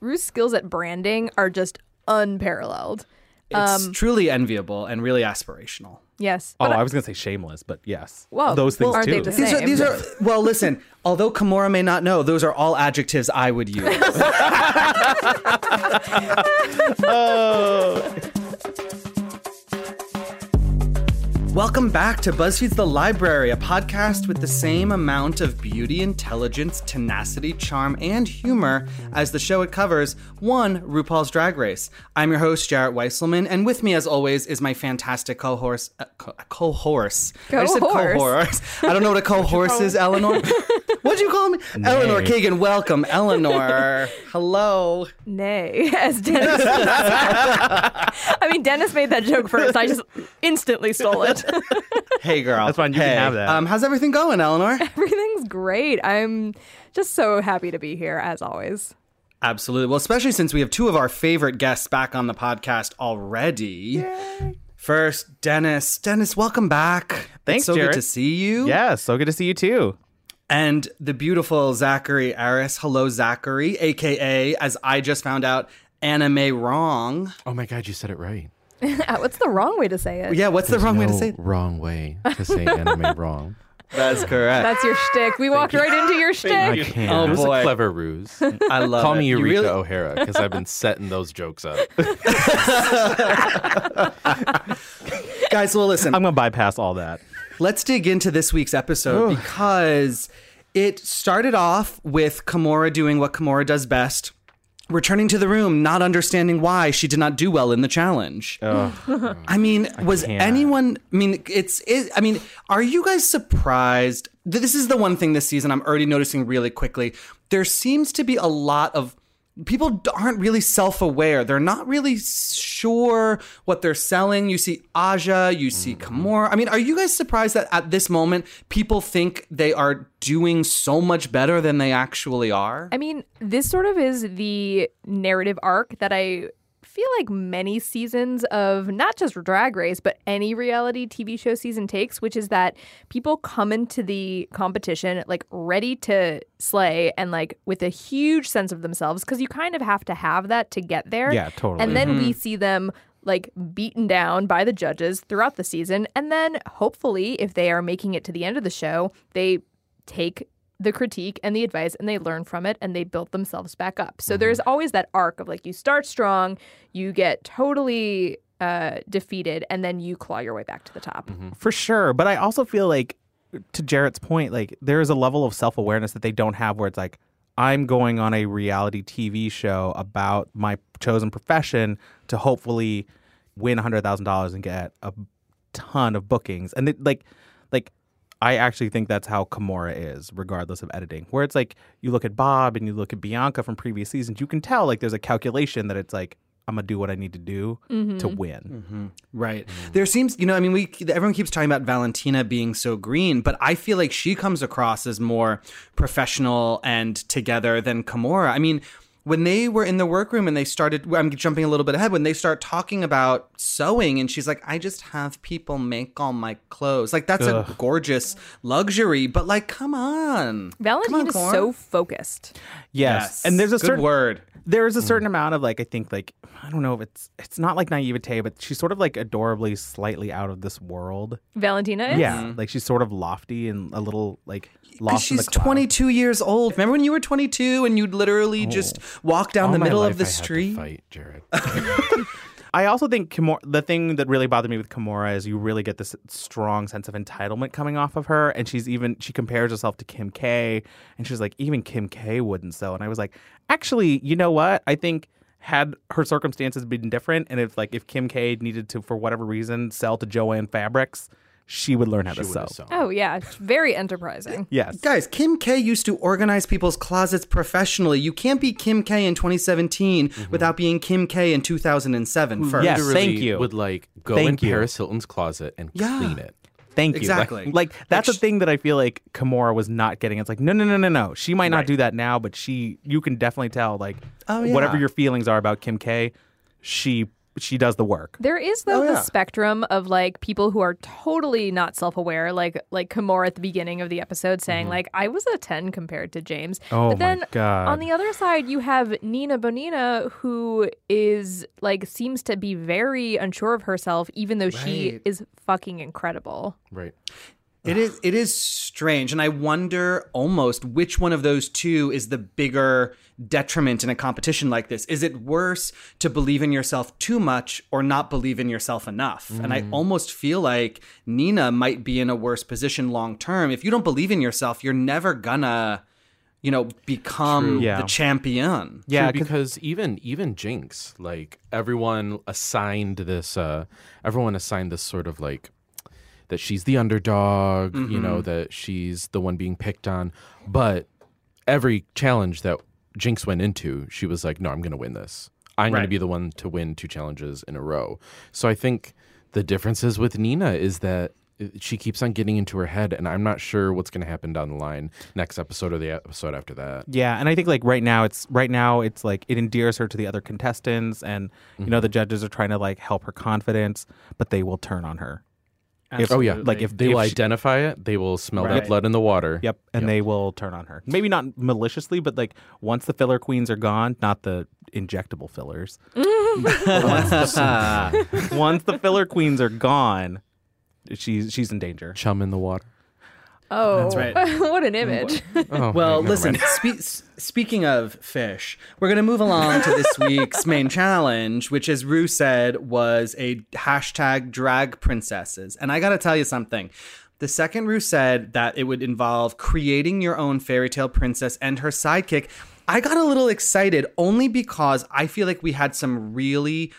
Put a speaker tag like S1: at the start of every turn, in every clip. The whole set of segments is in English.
S1: Rue's skills at branding are just unparalleled.
S2: It's truly enviable and really aspirational.
S1: Yes.
S3: Oh,
S1: But
S3: I was gonna say shameless, but yes,
S1: Whoa,
S3: those things
S1: well, aren't
S3: too.
S1: they the
S2: These are,
S1: Same.
S2: these are well. Listen, although Kimura may not know, those are all adjectives I would use. Oh. Welcome back to BuzzFeed's The Library, a podcast with the same amount of beauty, intelligence, tenacity, charm, and humor as the show it covers, one RuPaul's Drag Race. I'm your host, Jarrett Weisselman, and with me, as always, is my fantastic cohorse. Uh, co- cohorse. I just said
S1: Cohorse.
S2: cohorse. I don't know what a cohorse is, Eleanor. What'd you call me? Eleanor Kagan, welcome. Eleanor. Hello.
S1: Nay, as Dennis. I mean, Dennis made that joke first. I just instantly stole it.
S2: Hey, girl.
S3: That's fine, you can
S2: Hey.
S3: have that.
S2: Um, how's everything going, Eleanor?
S1: Everything's great. I'm just so happy to be here, as always.
S2: Absolutely. Well, especially since we have two of our favorite guests back on the podcast already. First, Dennis. Dennis, welcome back.
S3: Thanks,
S2: It's so
S3: Jared.
S2: good to see you.
S3: Yeah, so good to see you too.
S2: And the beautiful Zachary Aris. Hello, Zachary, aka, as I just found out, anime wrong.
S4: Oh my god, you said it right.
S1: Ah, What's the wrong way to say it?
S2: Yeah, what's the wrong way to
S4: No
S2: say it?
S4: wrong way to say anime wrong.
S2: That's correct.
S1: That's your shtick. We walked right into your
S4: I
S1: shtick.
S4: can't.
S2: Oh,
S4: it was
S2: boy.
S4: a clever ruse.
S2: I love
S4: Call
S2: it.
S4: me
S2: You
S4: Eureka
S2: really-
S4: O'Hara because I've been setting those jokes up.
S2: Guys, well, listen.
S3: I'm gonna bypass all that.
S2: Let's dig into this week's episode because it started off with Kimura doing what Kimura does best. Returning to the room, not understanding why she did not do well in the challenge. I mean, was
S3: can't.
S2: anyone? I mean, it's. It, I mean, are you guys surprised? Th- This is the one thing this season I'm already noticing really quickly. There seems to be a lot of people d- aren't really self-aware. They're not really sure what they're selling. You see Aja, you see Kimura. I mean, are you guys surprised that at this moment people think they are doing so much better than they actually are?
S1: I mean, this sort of is the narrative arc that I feel like many seasons of not just Drag Race, but any reality TV show season takes, which is that people come into the competition like ready to slay and like with a huge sense of themselves because you kind of have to have that to get there.
S3: Yeah, totally.
S1: And then we see them like beaten down by the judges throughout the season. And then hopefully, if they are making it to the end of the show, they take the critique and the advice and they learn from it and they build themselves back up. So there's always that arc of like you start strong, you get totally uh, defeated, and then you claw your way back to the top.
S3: for sure. But I also feel like, to Jarrett's point, like there is a level of self awareness that they don't have where it's like, I'm going on a reality TV show about my chosen profession to hopefully win $100,000 and get a ton of bookings. And it, like, like, I actually think that's how Kimura is, regardless of editing. Where it's like you look at Bob and you look at Bianca from previous seasons, you can tell like there's a calculation that it's like I'm gonna do what I need to do to win.
S2: Right.
S3: Mm-hmm.
S2: There seems, you know, I mean, we everyone keeps talking about Valentina being so green, but I feel like she comes across as more professional and together than Kimura. I mean, when they were in the workroom and they started, I'm jumping a little bit ahead, when they start talking about sewing, and she's like, I just have people make all my clothes. Like, that's a gorgeous luxury, but like, come on.
S1: Valentine is
S2: Kimura.
S1: so focused.
S3: Yes. And there's a
S2: Good
S3: certain
S2: word.
S3: There is a certain amount of like I think like I don't know if it's it's not like naivete, but she's sort of like adorably slightly out of this world.
S1: Valentina is?
S3: Yeah. Like she's sort of lofty and a little like
S2: Because
S3: lost in the
S2: she's
S3: clouds.
S2: 22 years old. Remember when you were 22 and you'd literally just walk down
S4: Oh. All
S2: the
S4: my
S2: middle
S4: life
S2: of the
S4: I had to
S2: street?
S4: fight, Jared.
S3: I also think Kimora, the thing that really bothered me with Kimora is you really get this strong sense of entitlement coming off of her, and she's even she compares herself to Kim K, and she's like, even Kim K wouldn't sew, and I was like, actually, you know what? I think had her circumstances been different, and if like if Kim K needed to for whatever reason sell to Joanne Fabrics, she would learn how to sew.
S4: Would've sewn.
S1: Oh, yeah. It's very enterprising.
S3: Yes,
S2: Guys, Kim K used to organize people's closets professionally. You can't be Kim K in 2017
S4: Mm-hmm.
S2: without being Kim K in 2007 first.
S3: Yes,
S4: Literally
S3: thank you.
S4: Would like go
S3: Thank
S4: in
S3: you.
S4: Paris Hilton's closet and
S2: Yeah.
S4: clean it.
S3: Thank you.
S2: Exactly.
S3: Like, like, that's the thing that I feel like Kimura was not getting. It's like, no, no, no, no, no. She might not do that now, but she, you can definitely tell, like,
S2: Oh, yeah.
S3: whatever your feelings are about Kim K, she she does the work.
S1: There is though
S2: Oh,
S1: the
S2: yeah.
S1: spectrum of like people who are totally not self-aware, like like Kimura at the beginning of the episode saying like I was a ten compared to James.
S3: Oh
S1: but
S3: my
S1: then
S3: God.
S1: on the other side you have Nina Bonina who is like seems to be very unsure of herself, even though she
S2: Right.
S1: is fucking incredible.
S4: Right.
S2: It is it is strange, and I wonder almost which one of those two is the bigger detriment in a competition like this. Is it worse to believe in yourself too much or not believe in yourself enough? And I almost feel like Nina might be in a worse position long term. If you don't believe in yourself, you're never gonna, you know, become
S3: Yeah.
S2: the champion.
S3: Yeah,
S4: Yeah,
S3: 'cause-
S4: because even even Jinx, like everyone assigned this, uh everyone assigned this sort of like that she's the underdog, you know, that she's the one being picked on, but every challenge that Jinx went into, she was like, "No, I'm going to win this. I'm going
S2: Right.
S4: to be the one to win two challenges in a row." So I think the differences with Nina is that uh, she keeps on getting into her head, and I'm not sure what's going to happen down the line next episode or the episode after that.
S3: Yeah, and I think like right now it's right now it's like it endears her to the other contestants, and you know the judges are trying to like help her confidence, but they will turn on her. If,
S4: Oh, yeah.
S3: like if
S4: They
S3: if
S4: will
S3: she-
S4: identify it. They will smell
S2: Right.
S4: that blood in the water.
S3: Yep, and they will turn on her. Maybe not maliciously, but like once the filler queens are gone, not the injectable fillers. once, the, once the filler queens are gone, she's she's in danger.
S4: Chum in the water.
S1: Oh, that's
S2: right.
S1: what an image.
S4: Oh,
S2: Well,
S4: never
S2: listen,
S4: mind.
S2: spe- s- speaking of fish, we're going to move along to this week's main challenge, which, as Rue said, was a hashtag drag princesses. And I got to tell you something. The second Rue said that it would involve creating your own fairy tale princess and her sidekick, I got a little excited only because I feel like we had some really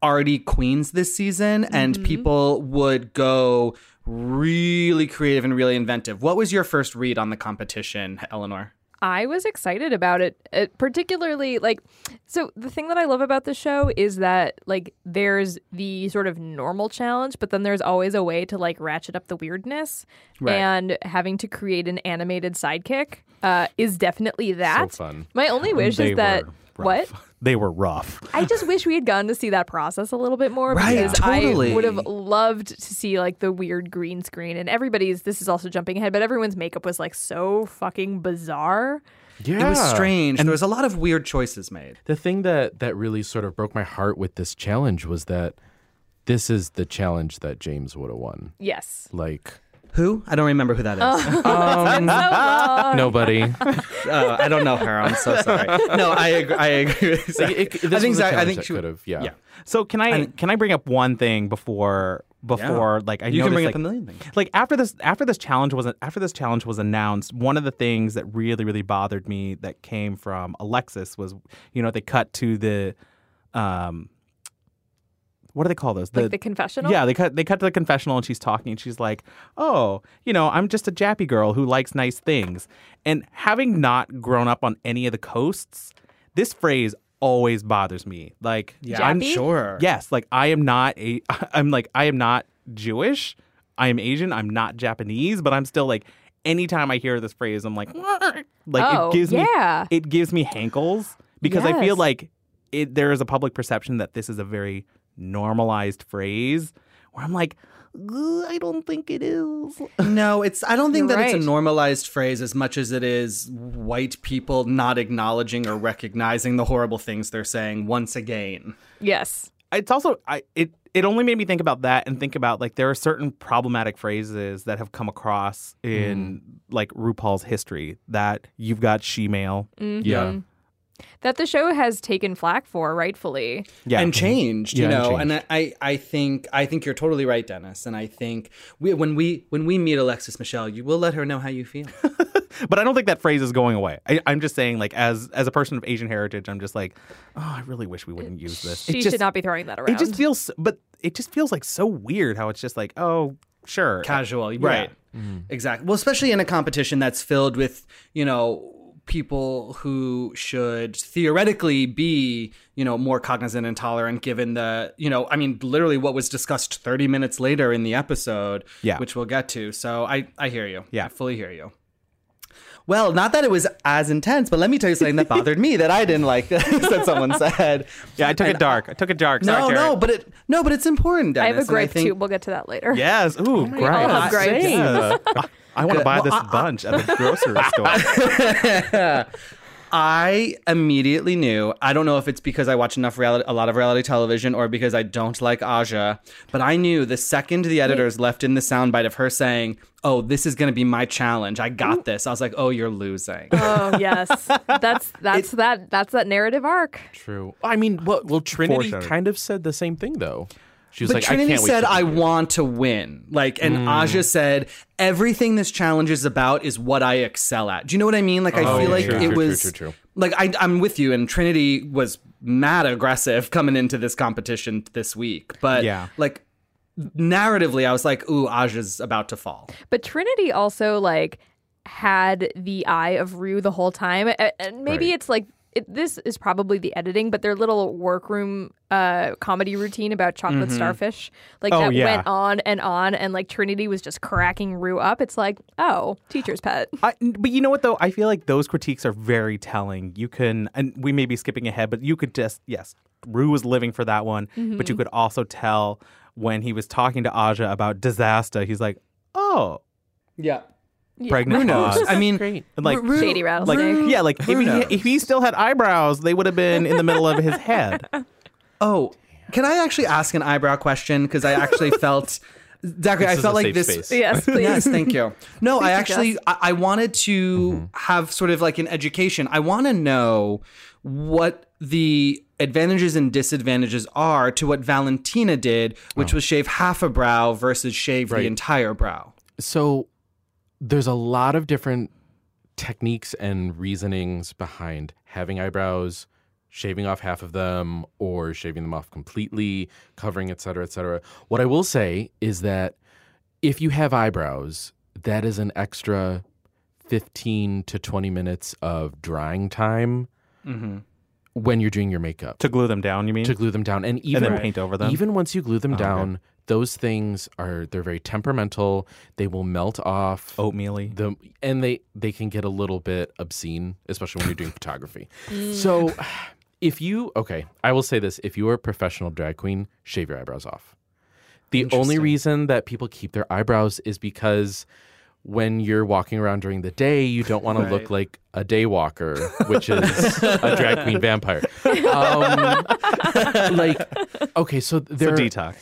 S2: arty queens this season and people would go really creative and really inventive. What was your first read on the competition, Eleanor?
S1: I was excited about it, it, particularly like so the thing that I love about the show is that like there's the sort of normal challenge, but then there's always a way to like ratchet up the weirdness
S2: Right.
S1: and having to create an animated sidekick uh, is definitely that.
S4: fun.
S1: My only wish
S3: They
S1: is that
S3: were rough.
S1: what?
S3: They were rough.
S1: I just wish we had gone to see that process a little bit more
S2: Right,
S1: because
S2: totally.
S1: I would have loved to see like the weird green screen and everybody's this is also jumping ahead, but everyone's makeup was like so fucking bizarre.
S4: yeah.
S2: It was strange. And there was a lot of weird choices made.
S4: The thing that that really sort of broke my heart with this challenge was that this is the challenge that James would have won.
S1: Yes.
S4: Like
S2: Who? I don't remember who that is.
S1: Oh.
S4: nobody.
S2: Uh, I don't know her. I'm so sorry. No, I agree. I agree. with Zach.
S4: It- it- this
S2: I think
S4: was a
S2: Zach, I
S4: challenge
S2: think
S4: that
S2: she
S4: could have. Yeah.
S2: Yeah.
S3: So can I can I bring up one thing before before like I
S2: You can
S3: noticed,
S2: bring up
S3: like,
S2: a million things.
S3: Like after this after this challenge was after this challenge was announced, one of the things that really really bothered me that came from Alexis was you know they cut to the um what do they call those?
S1: like the confessional.
S3: Yeah, they cut they cut to the confessional and she's talking and she's like, "Oh, you know, I'm just a jappy girl who likes nice things." And having not grown up on any of the coasts, this phrase always bothers me. Like,
S2: Yeah, I'm
S1: Jappy?
S2: sure.
S3: yes, like I am not a I'm like I am not Jewish. I am Asian, I'm not Japanese, but I'm still like anytime I hear this phrase, I'm like like
S1: Oh,
S3: it gives
S1: yeah.
S3: me it gives me hankles because I feel
S1: Yes.
S3: like it, there is a public perception that this is a very normalized phrase where I'm like, "Ugh, I don't think it is.
S2: No, it's. I don't think
S1: You're
S2: that it's
S1: right.
S2: a normalized phrase as much as it is white people not acknowledging or recognizing the horrible things they're saying once again.
S1: Yes.
S3: It's also I it it only made me think about that and think about like there are certain problematic phrases that have come across in like RuPaul's history that you've got she male.
S4: Yeah.
S1: That the show has taken flack for, rightfully.
S3: Yeah.
S2: and changed you
S4: Yeah, and
S2: know and, I, I i think i think you're totally right dennis and i think we, when we when we meet alexis michelle you will let her know how you feel
S3: but I don't think that phrase is going away. I, I'm just saying, like, as as a person of Asian heritage, I'm just like, oh, I really wish we wouldn't use this.
S1: She should not be throwing that around.
S3: It just feels, but it just feels like so weird how it's just like, oh, sure,
S2: casual right
S3: Mm-hmm.
S2: exactly well especially in a competition that's filled with you know people who should theoretically be you know more cognizant and tolerant given the you know i mean literally what was discussed 30 minutes later in the episode
S3: Yeah.
S2: which we'll get to so i i hear you
S3: Yeah.
S2: i fully hear you well, not that it was as intense, but let me tell you something that bothered me that I didn't like that someone said.
S3: Yeah, I took
S2: And-
S3: it dark. I took it dark.
S2: No,
S3: Sorry,
S2: no,
S3: Jared.
S2: but it no, but it's important.
S1: I have
S2: Dennis,
S1: a
S2: and
S1: grape
S2: think-
S1: too. We'll get to that later.
S3: yes. Ooh, gripes.
S1: love gripes.
S3: Yes. I want to
S2: Good.
S3: buy
S2: Well,
S3: this
S2: I- I-
S3: bunch at the grocery store.
S2: I immediately knew. I don't know if it's because I watch enough reality, a lot of reality television, or because I don't like Aja, but I knew the second the editors left in the soundbite of her saying, "Oh, this is going to be my challenge. I got this." I was like, "Oh, you're losing."
S1: Oh yes, that's that's that that's that narrative arc.
S4: True. I mean, well, well Trinity
S3: Foreshadowing.
S4: kind of said the same thing though. She was
S2: But
S4: like, I
S2: Trinity
S4: can't
S2: said,
S4: wait to Hmm.
S2: "I
S4: do it."
S2: want to win." Like, and Aja said, "Everything this challenge is about is what I excel at." Do you know what I mean? Like, I
S4: Oh,
S2: feel
S4: yeah,
S2: like
S4: true,
S2: it
S4: true, true,
S2: was
S4: true, true.
S2: like I, I'm with you. And Trinity was mad aggressive coming into this competition this week, but
S3: Yeah.
S2: like narratively, I was like, "Ooh, Aja's about to fall."
S1: But Trinity also like had the eye of Rue the whole time, A- and maybe
S4: Right.
S1: it's like it, this is probably the editing, but their little workroom uh, comedy routine about chocolate starfish, like
S3: Oh,
S1: that
S3: yeah.
S1: went on and on, and like Trinity was just cracking Rue up. It's like, oh, teacher's pet.
S3: I, but you know what though? I feel like those critiques are very telling. You can, and we may be skipping ahead, but you could just yes, Rue was living for that one. But you could also tell when he was talking to Aja about disaster, he's like, "Oh,
S2: Yeah,
S3: pregnant." pause.
S2: I mean,
S4: Great.
S3: And like,
S2: Ru-
S1: Shady
S3: like, eh,
S1: rattlesnake.
S3: yeah, like if
S2: Who knows?
S3: he, if he still had eyebrows, they would have been in the middle of his head.
S2: Oh, can I actually ask an eyebrow question? Because I actually felt, Zachary, I
S4: is
S2: felt
S4: a
S2: like
S4: safe
S2: this.
S4: space.
S1: yes, please.
S2: Yes, thank you. No, I actually
S1: Jess.
S2: I, I wanted to
S4: Mm-hmm.
S2: have sort of like an education. I want to know what the advantages and disadvantages are to what Valentina did, which was shave half a brow versus shave the
S4: Oh. Right.
S2: entire brow.
S4: so there's a lot of different techniques and reasonings behind having eyebrows shaving off half of them or shaving them off completely covering et cetera, et cetera. what i will say is that if you have eyebrows that is an extra 15 to 20 minutes of drying time when you're doing your makeup
S3: To glue them down, you mean?
S4: to glue them down and even
S3: then paint over them? Oh,
S4: even once you glue them down those things are they're very temperamental they will melt off
S3: Oh, Oatmeal-y.
S4: the and they they can get a little bit obscene especially when you're doing photography so if you okay i will say this if you are a professional drag queen shave your eyebrows off the only reason that people keep their eyebrows is because when you're walking around during the day, you don't want to look like a day walker, which is a drag queen vampire. Um, like, okay, so
S3: So
S4: there,
S3: detox.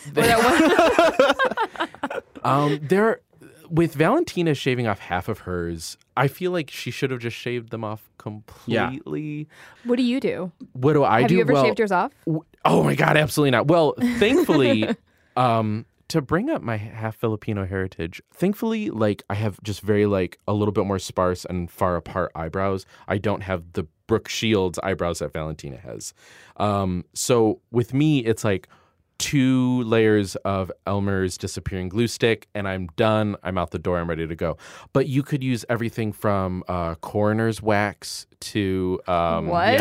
S4: um, there, with Valentina shaving off half of hers, I feel like she should have just shaved them off completely.
S1: What do you do?
S4: What do I
S1: Have
S4: do?
S1: you ever
S4: well,
S1: shaved yours off?
S4: w- Oh my god, absolutely not. Well, thankfully, um, to bring up my half Filipino heritage, thankfully, like I have just very like a little bit more sparse and far apart eyebrows. I don't have the Brooke Shields eyebrows that Valentina has. Um, so with me, it's like two layers of Elmer's disappearing glue stick, and I'm done. I'm out the door. I'm ready to go. But you could use everything from uh, coroner's wax to um,
S1: what?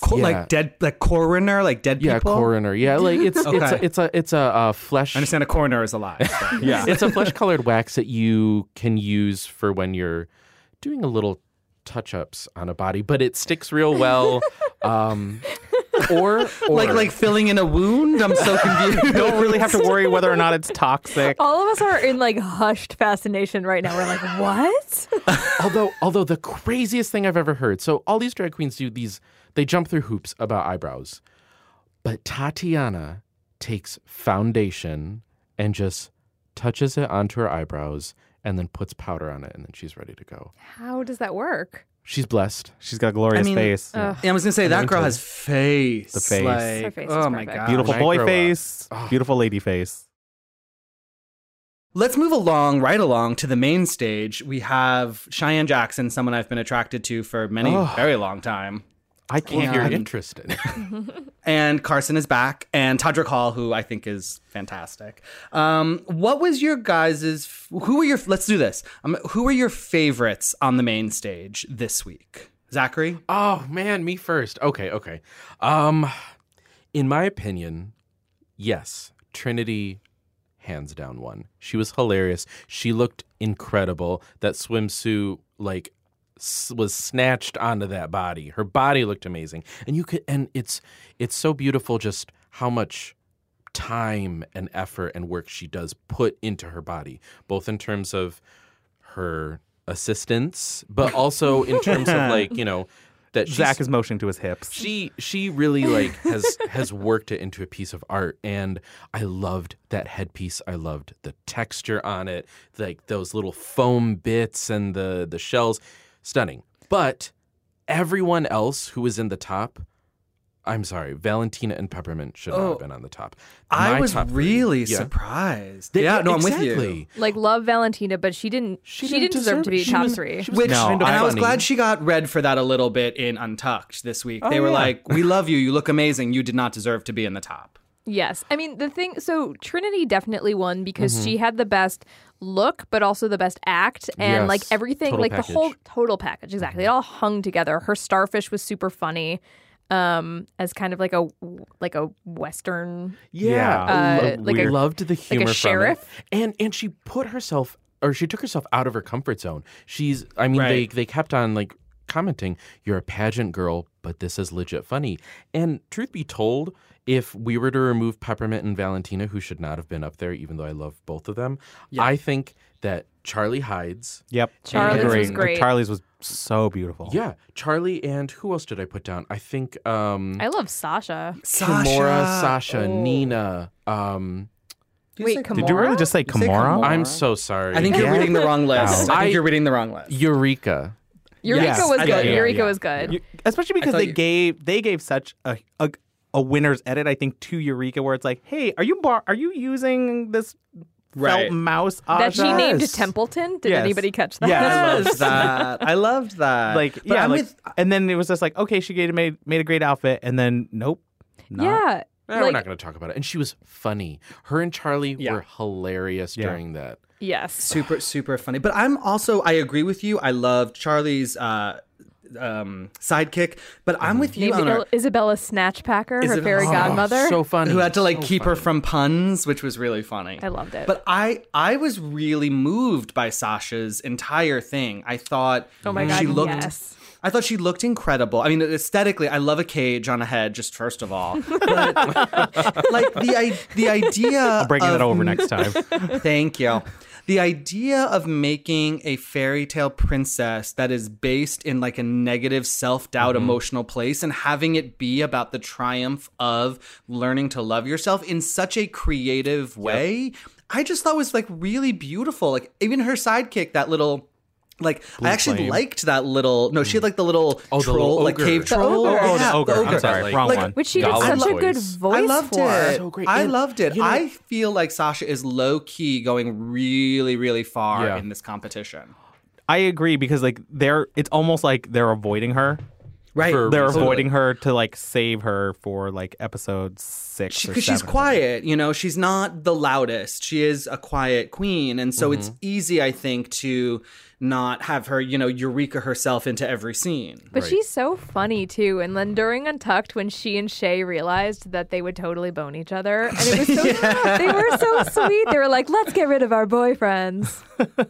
S2: Co-
S4: Yeah.
S2: Like dead, like coroner, like dead
S4: yeah,
S2: people.
S4: coroner. Yeah, like it's it's a,
S2: Okay.
S4: it's a it's a uh, flesh.
S2: I understand a coroner is alive. but-
S4: Yeah, it's a flesh colored wax that you can use for when you're doing a little touch ups on a body, but it sticks real well. Um, or, or
S2: like like filling in a wound. I'm so confused.
S3: You don't really have to worry whether or not it's toxic.
S1: All of us are in like hushed fascination right now. We're like, what?
S4: although although the craziest thing I've ever heard. So all these drag queens do these. They jump through hoops about eyebrows, but Tatiana takes foundation and just touches it onto her eyebrows and then puts powder on it and then she's ready to go.
S1: How does that work?
S4: She's blessed.
S3: She's got a glorious
S2: I mean,
S3: face,
S2: Yeah, I was gonna say that girl has face. The
S3: face.
S2: Like,
S1: Her face is
S2: oh my
S1: perfect.
S2: god.
S3: beautiful
S4: when I grow
S3: boy
S4: up-
S3: face,
S4: Ugh.
S3: beautiful lady face.
S2: Let's move along, right along to the main stage. We have Cheyenne Jackson, someone I've been attracted to for many,
S4: Oh.
S2: very long time.
S4: I can't
S2: you're
S4: hear interested.
S2: And Carson is back, and Todrick Hall, who I think is fantastic. Um, what was your guys's? Who were your? Let's do this. Um, who were your favorites on the main stage this week? Zachary.
S4: oh man, me first. Okay, okay. Um in my opinion, yes, Trinity hands down one. She was hilarious. She looked incredible. That swimsuit like s- was snatched onto that body. Her body looked amazing, and you could, and it's it's so beautiful just how much time and effort and work she does put into her body, both in terms of her assistance, but also in terms of like you know that she's
S3: Zach is motioning to his hips.
S4: she she really like has has worked it into a piece of art and i loved that headpiece i loved the texture on it like those little foam bits and the the shells stunning but everyone else who was in the top i'm sorry valentina and peppermint should not
S2: Oh.
S4: have been on the top
S2: I
S4: My
S2: was
S4: top three-
S2: really
S4: Yeah.
S2: surprised.
S4: Th-
S2: yeah, no, I'm with
S4: exactly.
S2: you.
S1: Like love Valentina, but she didn't. She, didn't deserve to be
S4: she
S1: top
S4: was-
S1: three.
S4: she was
S2: Which
S3: No,
S4: kind of
S2: and I was
S4: funny.
S2: glad she got read for that a little bit in Untucked this week. they were
S4: yeah.
S2: like, "We love you. You look amazing. You did not deserve to be in the top."
S1: Yes. I mean, the thing, so Trinity definitely won because she had the best look, but also the best act and
S4: Yes.
S1: like everything,
S4: Total
S1: like the
S4: package.
S1: whole total package. Exactly. It all hung together. Her starfish was super funny. Um, as kind of like a like a western,
S4: Yeah, I
S1: Uh,
S4: lo-
S1: like a-
S4: loved the humor
S1: sheriff?
S4: from it. And and she put herself or she took herself out of her comfort zone. She's I mean
S2: Right.
S4: they they kept on like commenting, "You're a pageant girl, but this is legit funny." And truth be told, if we were to remove Peppermint and Valentina who should not have been up there even though I love both of them, I think that Charlie Hides
S3: Yep.
S1: Charlie's
S3: Agree.
S1: was great.
S3: Charlie's was so beautiful.
S4: yeah, Charlie and who else did I put down? I think um
S1: I love Sasha.
S4: Kimora,
S2: Sasha.
S4: Sasha, Nina. Um,
S2: Did you
S1: Wait,
S2: say
S1: come
S3: Did you really
S1: Kimora?
S3: just say
S2: You say Kimora?
S3: Kimora?
S4: I'm so sorry.
S2: I think
S3: Yeah.
S2: you're reading the wrong list.
S4: Ow.
S2: I
S4: I-
S2: think you're reading the wrong list.
S4: Eureka.
S1: Eureka
S3: Yes,
S1: was
S2: I
S1: good.
S2: thought- yeah,
S1: Eureka
S4: yeah,
S1: was good.
S3: You- especially because
S2: thought
S3: they
S2: you-
S3: gave they gave such a, a a winner's edit I think to Eureka where it's like, "Hey, are you bar- are you using this
S2: Right.
S3: felt mouse?"
S1: That she
S3: Aja?"
S1: named
S3: Yes.
S1: Templeton. Did
S3: Yes.
S1: anybody catch that?
S3: Yes.
S2: I loved that. I loved that.
S3: Like
S2: But
S3: yeah,
S2: I'm
S3: like,
S2: with-
S3: and then it was just like, "Okay, she gave, made made a great outfit," and then nope. Not.
S1: yeah.
S4: Eh, we're
S1: like-
S4: not going to talk about it. And she was funny. Her and Charlie
S2: Yeah.
S4: were hilarious
S3: Yeah.
S4: during that.
S1: yes.
S2: super super funny but i'm also i agree with you i love charlie's uh um sidekick but i'm with you
S1: Named
S2: on her,
S1: Il- Isabella Snatchpacker, her
S2: Isabella-
S1: fairy
S2: Oh,
S1: godmother.
S4: So funny.
S2: who had to like
S4: So
S2: keep her
S4: funny.
S2: from puns which was really funny
S1: I loved it.
S2: but i i was really moved by sasha's entire thing i thought
S1: oh my god,
S2: she looked
S1: yes.
S2: I thought she looked incredible. I mean, aesthetically, I love a cage on a head, just first of all. But, like the i- the idea
S3: I'm bringing
S2: of
S3: it over next time.
S2: Thank you. The idea of making a fairy tale princess that is based in like a negative self doubt
S3: Mm-hmm.
S2: emotional place and having it be about the triumph of learning to love yourself in such a creative way, I just thought was like really beautiful. Like, even her sidekick, that little. Like I actually
S3: flame.
S2: liked that little. No, she had like the little
S4: Oh, the
S2: troll,
S4: little
S2: like
S4: ogre.
S2: cave
S4: The
S2: troll.
S1: ogre.
S2: Yeah,
S1: Oh,
S3: the ogre. I'm sorry,
S4: Like-
S3: wrong
S2: Like,
S3: one.
S1: Which she did
S4: Dollar
S1: such a good
S4: voice.
S1: voice
S2: I loved
S1: for.
S2: it.
S4: So great.
S2: I
S4: And,
S2: loved it.
S4: you know-
S2: I feel like Sasha is low key going really, really far
S4: Yeah.
S2: in this competition.
S3: I agree because like they're it's almost like they're avoiding her.
S2: Right.
S4: For-
S3: They're
S4: Totally.
S3: avoiding her to like save her for like episode six or
S2: because she's
S3: seven.
S2: quiet, you know, she's not the loudest. She is a quiet queen. And so
S3: Mm-hmm.
S2: it's easy, I think, to not have her, you know, eureka herself into every scene.
S1: But
S4: Right.
S1: she's so funny too. And then during Untucked, when she and Shay realized that they would totally bone each other, and it was so they were so sweet. They were like, "Let's get rid of our boyfriends."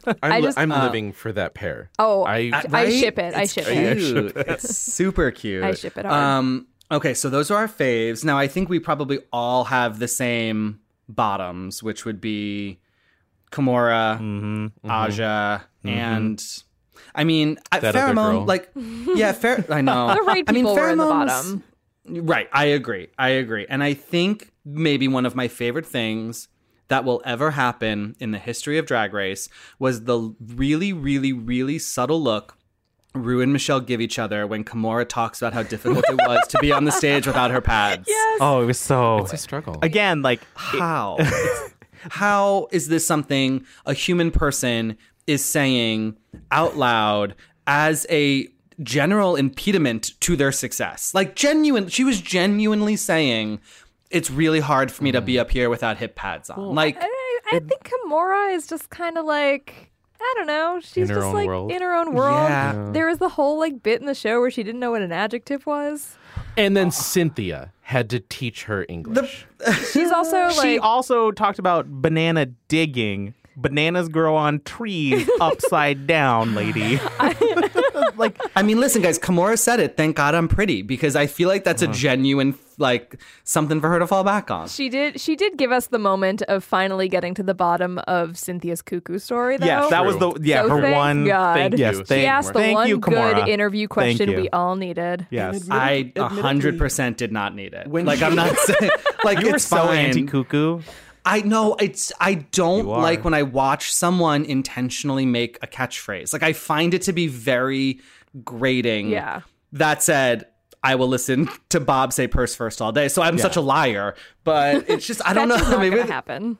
S4: I'm,
S1: I
S4: li-
S1: just-
S4: I'm living for that pair.
S1: Oh,
S4: Uh, I,
S1: I- ship it. I
S2: It's
S1: ship it.
S2: cute. it. It's super cute.
S1: I ship it hard.
S2: Um, okay, so those are our faves. Now, I think we probably all have the same bottoms, which would be Kimura, Aja, and I mean, I,
S4: That other girl.
S2: pheromone. Like, yeah, pher- I know.
S1: The right
S2: I mean,
S1: people were in the
S2: pheromones-
S1: bottom.
S2: Right. I agree. I agree. And I think maybe one of my favorite things that will ever happen in the history of Drag Race was the really, really, really subtle look Rue and Michelle give each other when Kimora talks about how difficult it was to be on the stage without her pads.
S3: Oh, it was so
S4: It's a struggle.
S3: again like
S2: How? how is this something a human person is saying out loud as a general impediment to their success? Like genuine she was genuinely saying it's really hard for me to be up here without hip pads on. like
S1: And I, I think Kimura is just kind of like I don't know. She's
S4: her
S1: just
S4: own
S1: like
S4: world.
S1: in her own world.
S2: Yeah. Yeah.
S1: There was the whole like bit in the show where she didn't know what an adjective was.
S4: and then Cynthia had to teach her English.
S1: She's also like
S3: she also talked about banana digging. Bananas grow on trees upside down, lady. like
S2: I mean, listen, guys. Kimura said it. Thank God I'm pretty because I feel like that's a genuine like something for her to fall back on.
S1: She did. She did give us the moment of finally getting to the bottom of Cynthia's cuckoo story. Though.
S3: yes, that was the yeah
S1: So
S3: her
S1: thank
S3: one.
S1: God.
S3: Thank
S4: you.
S3: yes,
S4: She
S1: she
S3: thank,
S1: asked the
S3: thank
S1: one
S3: you, Kimura.
S1: good interview question
S3: thank you.
S1: we all needed.
S3: Yes,
S2: I a
S4: admittedly-
S2: hundred percent did not need it.
S4: When
S2: like
S4: she-
S2: I'm not saying like
S3: you were
S2: it's
S3: so
S2: fine.
S3: anti cuckoo.
S2: I know it's I don't
S3: You are.
S2: like when I watch someone intentionally make a catchphrase. Like I find it to be very grating.
S1: Yeah.
S2: That said, I will listen to Bob say purse first all day. So I'm such a liar, but it's just I don't
S1: That's just
S2: know.
S1: not
S2: Maybe
S1: gonna happen.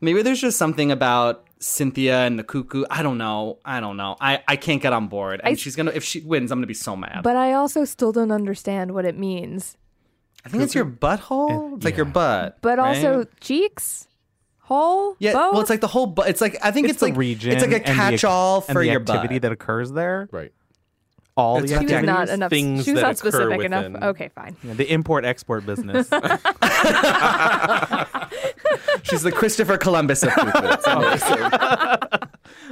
S2: maybe there's just something about Cynthia and the cuckoo. I don't know. I don't know. I I can't get on board. And she's going to if she wins, I'm going to be so mad.
S1: But I also still don't understand what it means.
S2: I think it's your butthole. it's like your butt.
S1: But also
S2: right?
S1: cheeks, hole,
S2: yeah,
S1: both.
S2: well, it's like the whole. Bu- it's like I think it's,
S3: It's, the
S2: like
S3: region.
S2: it's like a
S3: and the ac-
S2: catch-all
S3: and
S2: for
S3: the
S2: your
S3: activity
S2: butt.
S3: that occurs there.
S4: Right.
S3: All
S2: It's
S3: the
S2: like-
S1: she was not
S3: activities,
S1: enough. She
S4: things
S1: was
S4: that
S1: not
S4: occur
S1: specific enough.
S4: within-
S1: Okay, fine.
S3: Yeah, the import export business.
S2: She's the Christopher Columbus of cuckoos.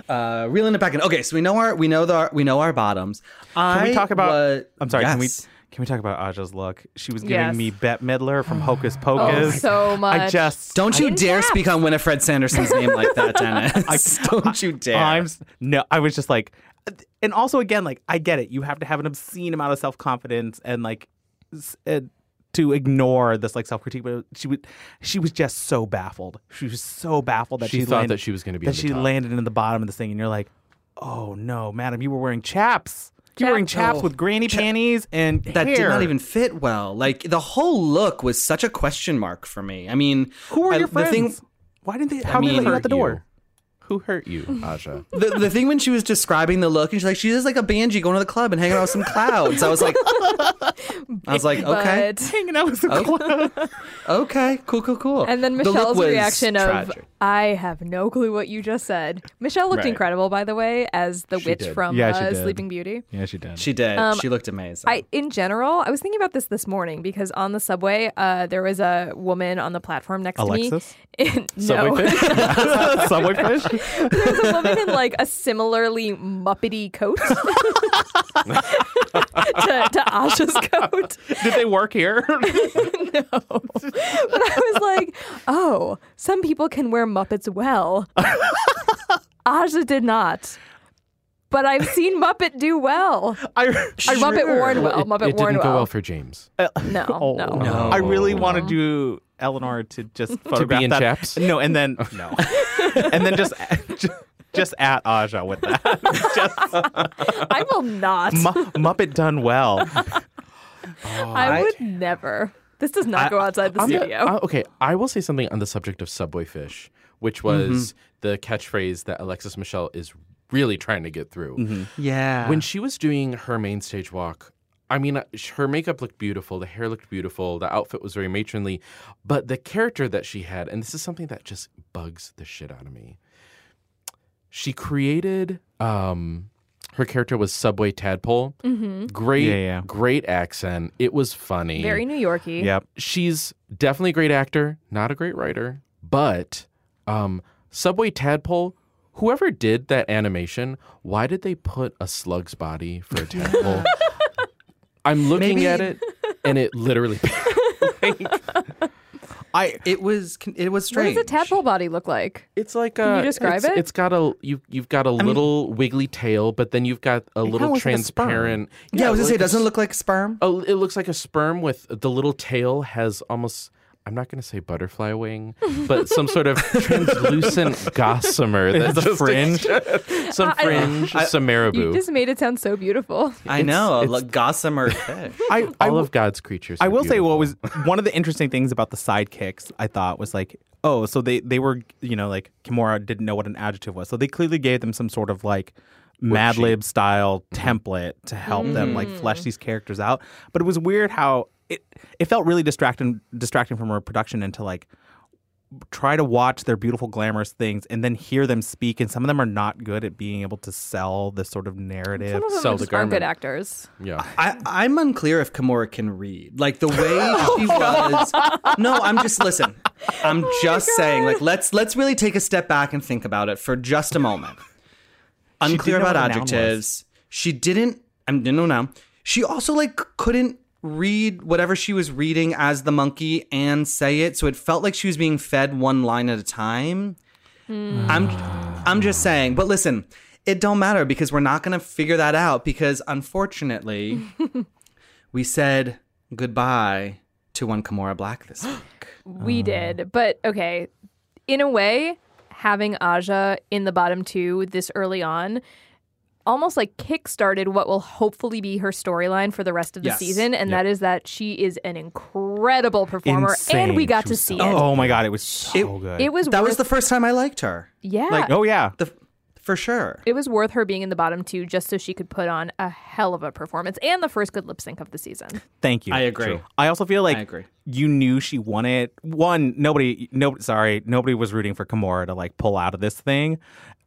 S2: uh, reeling it back in. Okay, so we know our we know the we know our bottoms.
S3: Can we
S2: I
S3: talk about?
S2: was-
S3: I'm sorry. Can we?
S2: Yes.
S3: Can we talk about Aja's look? She was giving
S1: Yes.
S3: me Bette Midler from Hocus Pocus.
S1: Oh, so
S3: I
S1: much.
S3: just
S2: Don't you
S1: in
S2: dare
S1: fact-
S2: speak on Winifred Sanderson's name like that, Dennis. Don't you dare.
S3: I'm s- no. I was just like, and also again, like I get it. You have to have an obscene amount of self confidence and like s- uh, to ignore this like self critique. But she would, she was just so baffled. She was so baffled that she,
S4: She thought
S3: landed-
S4: that she was gonna be
S3: that
S4: on the
S3: she
S4: top.
S3: landed in the bottom of this thing, and you're like, oh no, madam, you were wearing chaps. You were wearing chaps with granny panties and
S2: that did
S3: hair.
S2: not even fit well. Like the whole look was such a question mark for me. I mean,
S3: Who were
S2: I-
S3: your
S2: the
S3: friends?
S2: thing-
S3: Why didn't they? How
S2: mean-
S3: did they let you out
S4: Hurt
S3: the door?
S4: you. Who hurt you, Aja?
S2: the, the thing when she was describing the look, and she's like, she's just like a banshee going to the club and hanging out with some clouds. I was like, I was like, okay,
S1: But-
S3: Hanging out with some clowns.
S2: okay, cool, cool, cool.
S1: And then
S2: The look
S1: Michelle's
S2: was
S1: reaction of
S2: tragic.
S1: "I have no clue what you just said." Michelle looked
S2: Right.
S1: incredible, by the way, as the witch
S4: did.
S1: from
S3: Yeah, she
S1: uh,
S3: did.
S1: Sleeping Beauty.
S3: Yeah, she did.
S2: she did. she looked amazing.
S1: um, I, in general, I was thinking about this this morning because on the subway, uh, there was a woman on the platform next
S3: Alexis?
S1: to me. no,
S3: Subway fish. Subway fish.
S1: there was a woman in like a similarly muppety coat to, to Asha's coat.
S3: Did they work here?
S1: But I was like, oh, some people can wear Muppets well. Aja did not. But I've seen Muppet do well.
S3: I, I
S1: Muppet worn well. Muppet
S4: it
S1: worn
S4: didn't go
S1: well.
S4: well for James.
S1: No,
S3: oh,
S1: no.
S2: No.
S3: I really want to do Eleanor to just photograph
S4: in
S3: that.
S4: chaps?
S3: No, and then no, and then just just, just at Aja with that
S1: I will not.
S3: Mu- Muppet done well.
S4: Oh,
S1: I would never. This does not go outside the
S4: I'm
S1: studio.
S4: gonna- uh, okay, I will say something on the subject of Subway Fish, which was the catchphrase that Alexis Michelle is really trying to get through.
S2: yeah.
S4: When she was doing her main stage walk, I mean, uh, sh- her makeup looked beautiful, the hair looked beautiful, the outfit was very matronly, but the character that she had, and this is something that just bugs the shit out of me. She created um her character was Subway Tadpole. Great,
S3: Yeah, yeah.
S4: great accent. It was funny
S1: Very New Yorky.
S3: Yep.
S4: she's definitely a great actor, not a great writer, but um, Subway Tadpole, whoever did that animation, why did they put a slug's body for a tadpole? I'm looking
S2: Maybe-
S4: at it and it literally
S3: I
S2: it was con- it was
S1: What
S2: strange.
S1: does a tadpole body look like?
S4: it's like a
S1: Can you describe
S4: it's-
S1: it?
S4: it's got a you you've got a little wiggly tail, but then you've got a
S3: kinda
S4: little
S3: looks like a sperm.
S4: transparent
S2: Yeah, I was gonna say, it
S4: like a
S2: doesn't look like sperm.
S4: Oh, it looks like a sperm with the little tail has almost. I'm not going to say butterfly wing, but some sort of translucent gossamer
S3: it's
S4: that's
S3: a fringe.
S4: some
S1: I-
S4: fringe, some
S1: You
S4: marabou.
S1: just made it sound so beautiful.
S2: I know, a lo- gossamer fish.
S3: I, I
S4: All of God's creatures.
S3: I
S4: are
S3: will say
S4: beautiful.
S3: what was one of the interesting things about the sidekicks I thought was like, oh, so they they were, you know, like Kimura didn't know what an adjective was. So they clearly gave them some sort of like Mad Lib style template to help
S1: Mm.
S3: them like flesh these characters out. But it was weird how it it felt really distracting distracting from her production and to like try to watch their beautiful glamorous things and then hear them speak and some of them are not good at being able to sell this sort of narrative.
S1: Some of them
S4: sell
S1: are
S4: the
S1: just aren't good
S4: garment.
S1: actors.
S4: Yeah.
S2: I, I'm unclear if Kimura can read. Like the way she was. No, I'm just listen.
S3: Oh
S2: I'm just saying. Like let's let's really take a step back and think about it for just a moment.
S3: didn't
S2: Unclear
S3: know
S2: about
S3: what a noun was.
S2: adjectives. She didn't I didn't know now. She also like couldn't read whatever she was reading as the monkey and say it, so it felt like she was being fed one line at a time.
S3: Hmm.
S2: I'm I'm just saying, but listen, it don't matter because we're not going to figure that out because unfortunately we said goodbye to one Kimura Black this week.
S1: We
S3: Uh.
S1: did. But okay, in a way, having Aja in the bottom two this early on almost like kickstarted what will hopefully be her storyline for the rest of the
S2: Yes.
S1: season. And that is that she is an incredible performer.
S3: Insane.
S1: And we got
S3: She
S1: to
S3: was-
S1: see it.
S3: Oh my god, it was so good.
S1: It was
S2: That
S1: worth,
S2: was the first time I liked her.
S1: yeah.
S2: like,
S3: oh yeah.
S2: The for sure.
S1: it was worth her being in the bottom two just so she could put on a hell of a performance and the first good lip sync of the season.
S3: Thank you.
S2: I agree. True.
S3: I also feel like
S2: I agree.
S3: you knew she won it. One, nobody, no, sorry, nobody was rooting for Kimura to like pull out of this thing,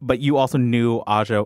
S3: but you also knew Aja.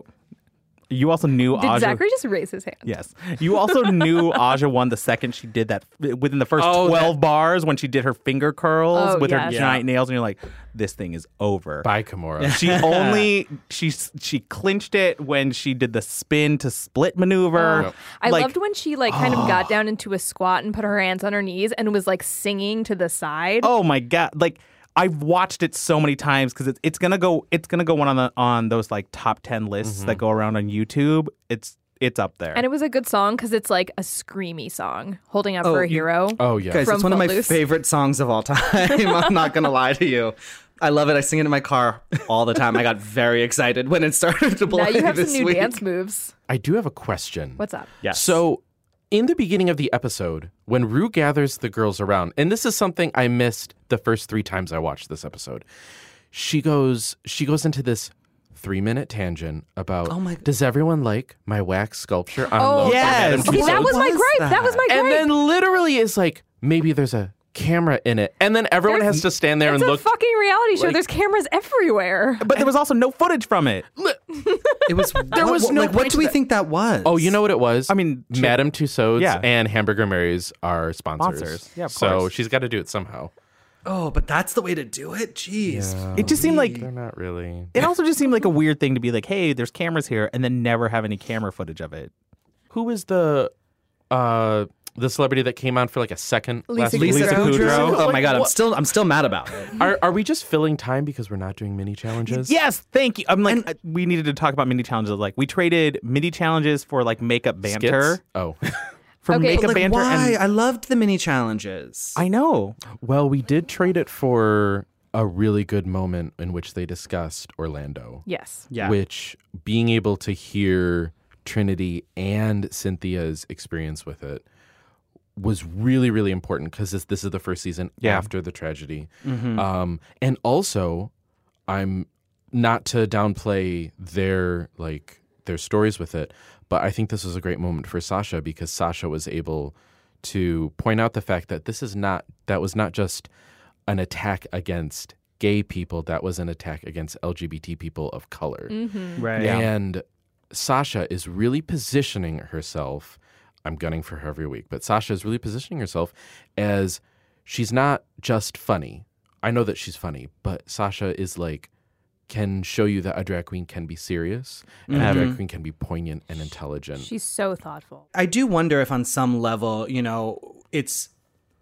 S3: You also knew
S1: Did
S3: Aja.
S1: Zachary just raise his hand?
S3: Yes, you also knew Aja won the second she did that within the first
S2: Oh,
S3: twelve bars when she did her finger curls
S1: Oh,
S3: with her
S1: yes.
S3: giant nails, and you're like, this thing is over.
S4: Bye, Kimura.
S3: She only she she clinched it when she did the spin to split maneuver.
S1: Oh. I
S3: Like,
S1: loved when she like kind of got down into a squat and put her hands on her knees and was like singing to the side.
S3: oh my god like i've watched it so many times because it's, it's gonna go it's gonna go one on the on those like top 10 lists that go around on youtube it's it's up there
S1: And it was a good song because it's like a screamy song, holding up for a hero.
S4: oh yeah.
S2: Guys,
S1: From
S2: it's one of my
S1: Footloose.
S2: favorite songs of all time. I'm not gonna lie to you. I love it. I sing it in my car all the time. I got very excited when it started to play
S1: now you have
S2: this
S1: some new
S2: week.
S1: dance moves.
S4: I do have a question.
S1: What's up?
S2: Yes.
S4: So, in the beginning of the episode, when Rue gathers the girls around, and this is something I missed the first three times I watched this episode, she goes she goes into this three minute tangent about oh
S2: my-
S4: does everyone like my wax sculpture on
S1: Oh,
S4: Logan
S3: yes.
S4: Adam
S3: Okay,
S1: See,
S4: Tussauds?"
S1: that was my
S2: was
S1: gripe. That?
S2: that?
S1: was my gripe.
S4: and then literally is like maybe there's a camera in it, and then everyone has to stand there
S1: it's
S4: and
S1: a
S4: look.
S1: fucking reality show. There's cameras everywhere.
S3: but there was also no footage from it
S2: it was. there
S4: was no
S2: Like, what
S4: point
S2: do we think that was?
S4: Oh, you know what it was?
S3: I mean, she-
S4: Madame Tussauds
S3: Yeah.
S4: and Hamburger Mary's are sponsors.
S3: Sponsors. Yeah, of
S4: so
S3: course.
S4: she's got to do it somehow.
S2: Oh, but that's the way to do it. Jeez.
S3: it just seemed like
S4: They're not really.
S3: it also just seemed like a weird thing to be like hey there's cameras here and then never have any camera footage of it
S4: Who was the uh the celebrity that came on for like a second? last
S1: Lisa
S4: week?
S3: Lisa Kudrow. Kudrow.
S2: Oh my god, I'm
S4: What-
S2: still I'm still mad about it.
S4: Are are we just filling time because we're not doing mini challenges?
S3: yes thank you i'm like uh, we needed to talk about mini challenges like we traded mini challenges for like makeup
S4: Skits?
S3: banter
S4: Oh.
S3: for
S1: Okay.
S3: makeup
S1: Like,
S3: banter
S2: Why?
S3: and
S2: I loved the mini challenges.
S3: i know
S4: well, we did trade it for a really good moment in which they discussed Orlando.
S1: yes.
S2: yeah.
S4: Which being able to hear Trinity and Cynthia's experience with it was really really important because this, this is the first season
S3: Yeah.
S4: after the tragedy um, and also i'm not to downplay their like their stories with it but i think this was a great moment for sasha because sasha was able to point out the fact that this is not that was not just an attack against gay people that was an attack against lgbt people of color
S1: Mm-hmm.
S2: Right.
S4: and Sasha is really positioning herself. I'm gunning for her every week, but Sasha is really positioning herself as she's not just funny. I know that she's funny, but Sasha is like can show you that a drag queen can be serious and a drag queen can be poignant and intelligent.
S1: She's so thoughtful.
S2: I do wonder if on some level, you know, it's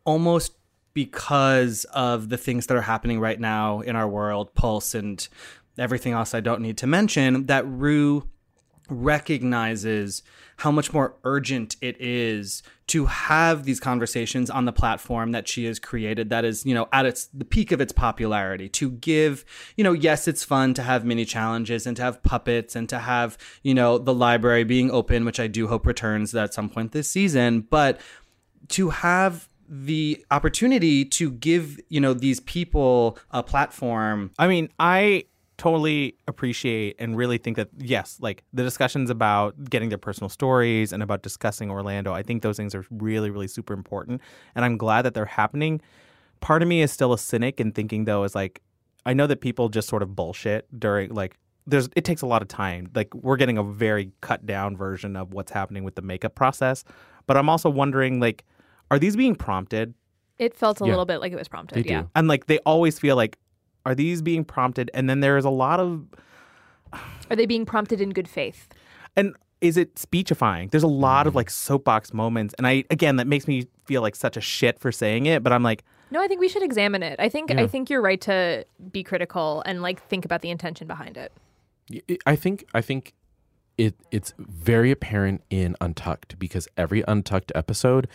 S2: almost because of the things that are happening right now in our world, Pulse and everything else I don't need to mention, that Rue recognizes how much more urgent it is to have these conversations on the platform that she has created that is you know at its the peak of its popularity to give you know yes it's fun to have mini challenges and to have puppets and to have you know the library being open which i do hope returns at some point this season but to have the opportunity to give you know these people a platform
S3: I mean, I totally appreciate and really think that yes, like the discussions about getting their personal stories and about discussing Orlando, I think those things are really, really super important. And I'm glad that they're happening. Part of me is still a cynic and thinking though is like I know that people just sort of bullshit during like there's it takes a lot of time. Like we're getting a very cut down version of what's happening with the makeup process. But I'm also wondering like are these being prompted?
S1: It felt a
S4: Yeah.
S1: little bit like it was prompted.
S4: They
S1: yeah.
S4: do.
S3: and like they always feel like are these being prompted and then there is a lot of
S1: Are they being prompted in good faith?
S3: and is it speechifying? There's a lot
S2: Mm-hmm.
S3: of like soapbox moments, and I again that makes me feel like such a shit for saying it, but I'm like,
S1: No, I think we should examine it. I think I think you're right to be critical and like think about the intention behind it.
S4: Y- y- I think I think it it's very apparent in Untucked because every Untucked episode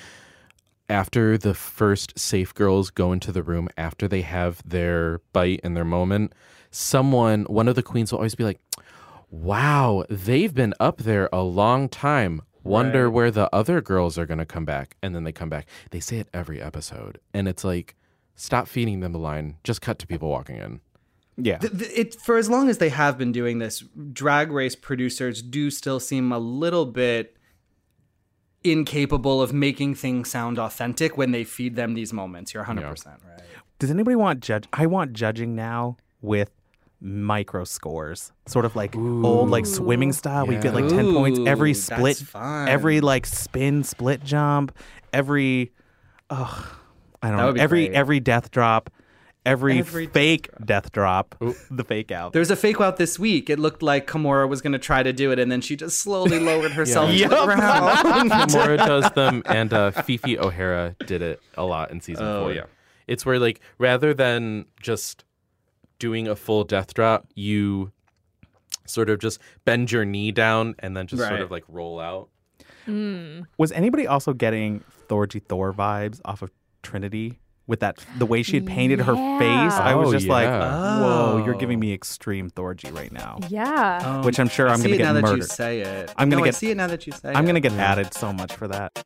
S4: after the first safe girls go into the room after they have their bite and their moment, someone one of the queens will always be like, "Wow, they've been up there a long time." Wonder where the other girls are going to come back. And then they come back. They say it every episode. And it's like, stop feeding them the line. Just cut to people walking in.
S3: yeah,
S2: Th- th- it for as long as they have been doing this, drag race producers do still seem a little bit incapable of making things sound authentic when they feed them these moments. You're 100% right.
S3: Does anybody want judge? I want judging now with micro scores, sort of like old like swimming style. We get like ten points every
S2: Ooh,
S3: split,
S2: that's fun.
S3: every like spin, split jump, every, oh, I don't
S2: would be
S3: know, every
S2: great.
S3: every death drop, every,
S2: Every death
S3: fake death drop, the fake out.
S2: There was a fake out this week. It looked like Kimura was going to try to do it, and then she just slowly lowered herself to the ground.
S4: Kimura does them, and uh, Fifi O'Hara did it a lot in season four. Yeah, it's where like rather than just doing a full death drop, you sort of just bend your knee down and then just
S2: Right.
S4: sort of like roll out.
S3: Was anybody also getting Thorgy Thor vibes off of Trinity? With that, the way she had painted her face, I was
S4: Oh,
S3: just like,
S4: yeah.
S3: "Whoa, you're giving me extreme Thorgy right now."
S1: Yeah.
S2: Um,
S3: Which I'm sure I'm
S2: see
S3: gonna
S2: it now
S3: get
S2: that you
S3: murdered.
S2: say it.
S3: I'm gonna
S2: No, I
S3: get-
S2: see it now that you say it.
S3: I'm gonna get added so much for that.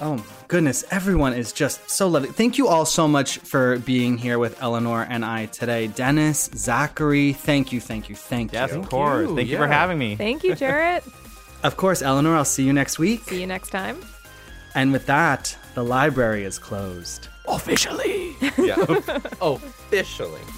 S2: Oh my goodness, everyone is just so lovely. Thank you all so much for being here with Eleanor and I today. Dennis, Zachary, thank you, thank you, thank you.
S4: of course.
S3: Thank you
S4: yeah.
S3: for having me.
S1: Thank you, Jarrett.
S2: Of course, Eleanor, I'll see you next week.
S1: See you next time.
S2: And with that, the library is closed.
S3: Officially.
S4: Yeah, Oh, officially.